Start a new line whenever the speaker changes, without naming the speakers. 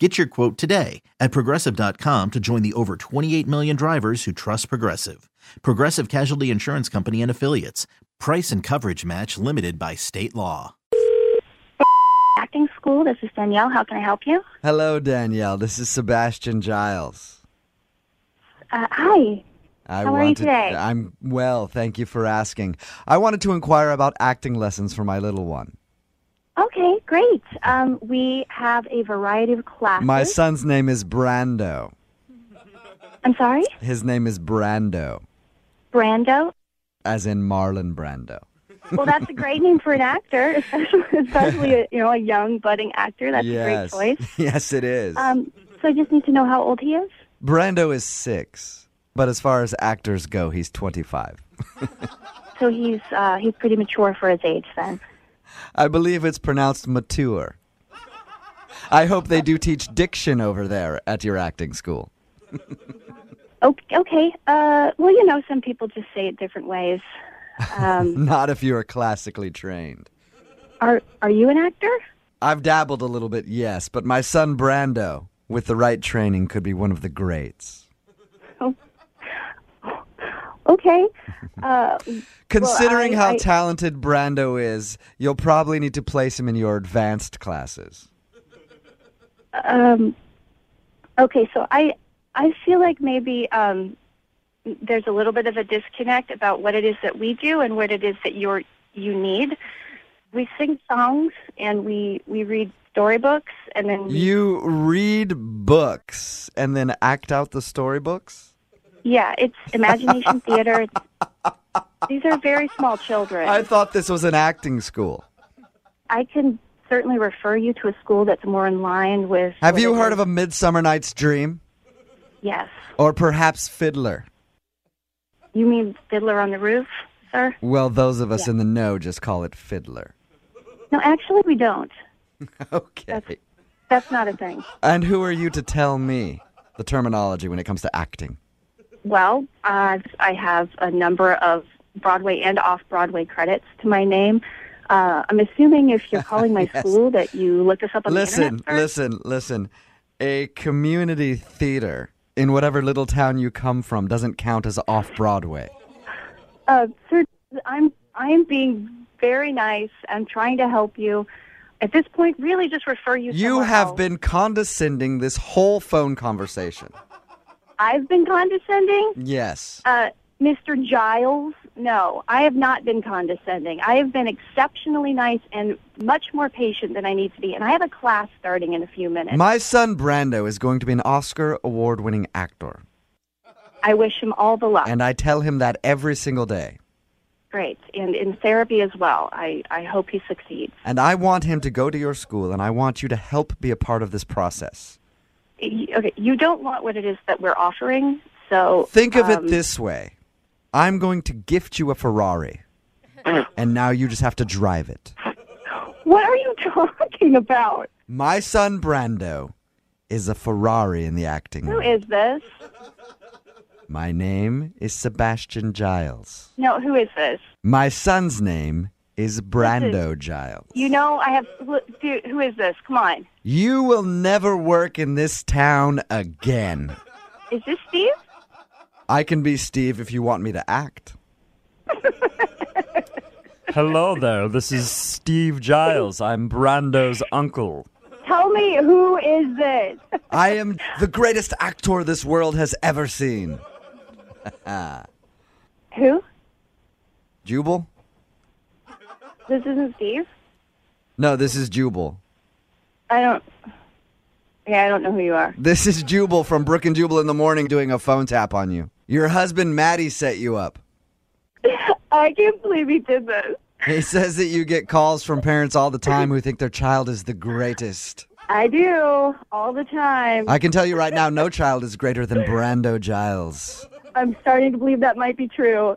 Get your quote today at progressive.com to join the over 28 million drivers who trust Progressive. Progressive Casualty Insurance Company and Affiliates. Price and coverage match limited by state law.
acting school. This is Danielle. How can I help you?
Hello, Danielle. This is Sebastian Giles.
Uh, hi.
I
How are you today?
I'm well. Thank you for asking. I wanted to inquire about acting lessons for my little one.
Okay, great. Um, we have a variety of classes.
My son's name is Brando.
I'm sorry,
His name is Brando,
Brando.
as in Marlon Brando.
Well, that's a great name for an actor, especially, especially a, you know a young budding actor. That's
yes.
a great choice.
Yes, it is.
Um, so I just need to know how old he is.
Brando is six, but as far as actors go, he's 25.
So he's uh, he's pretty mature for his age then.
I believe it's pronounced mature. I hope they do teach diction over there at your acting school.
Okay. okay. Uh, well, you know, some people just say it different ways. Um,
Not if you are classically trained.
are are you an actor?
I've dabbled a little bit, yes, but my son Brando, with the right training, could be one of the greats.
Okay. Uh,
Considering
I-
how
I-
talented Brando is, you'll probably need to place him in your advanced classes.
Um, okay, so I I feel like maybe um, there's a little bit of a disconnect about what it is that we do and what it is that you're you need. We sing songs and we we read storybooks and then we,
You read books and then act out the storybooks?
yeah, it's imagination theater. It's- These are very small children.
I
I,
thought this was an acting school.
can certainly refer you to a school that's more in line with.
Have
what
you
it
heard
is-
of A Midsummer Night's Dream?
Yes,
Or perhaps Fiddler?
you mean Fiddler on the Roof, sir?
Well, those of us in the know just call it Fiddler.
No, actually, we don't.
Okay.
That's not a thing.
And who are you to tell me the terminology when it comes to acting?
Well, uh, I have a number of Broadway and off-Broadway credits to my name. Uh, I'm assuming if you're calling my school that you looked us up on the
Listen,
internet. first.
listen, listen. A community theater in whatever little town you come from doesn't count as off Broadway.
Uh, sir, I'm I'm being very nice. I'm trying to help you. At this point, really, just refer you.
You
somewhere
have
else.
been condescending this whole phone conversation.
I've been condescending,
Yes.
uh, Mr. Giles. No, I have not been condescending. I have been exceptionally nice and much more patient than I need to be. And I have a class starting in a few minutes.
My son Brando is going to be an Oscar award winning actor,
I wish him all the luck.
and I tell him that every single day.
Great. And in therapy as well. I, I hope he succeeds.
And I want him to go to your school, and I want you to help be a part of this process.
Y- Okay, you don't want what it is that we're offering, so
Think of
um,
it this way I'm going to gift you a Ferrari, and now you just have to drive it.
What are you talking about?
My son Brando is a Ferrari in the acting.
Who
world.
is this?
My name is Sebastian Giles.
No, who is this?
My son's name is Brando Giles.
You know, I have. wh- Dude, who is this? Come on.
You will never work in this town again.
Is this Steve?
I can be Steve if you want me to act.
Hello there. This is Steve Giles. I'm Brando's uncle.
Tell me, who is this?
I am the greatest actor this world has ever seen.
who?
Jubal?
This isn't Steve?
No, this is Jubal.
I don't. Yeah, I don't know who you are.
This is Jubal from Brook and Jubal in the morning doing a phone tap on you. Your husband Maddie set you up.
I can't believe he did this.
He says that you get calls from parents all the time who think their child is the greatest.
I do all the time.
I can tell you right now, no child is greater than Brando Giles.
I'm starting to believe that might be true.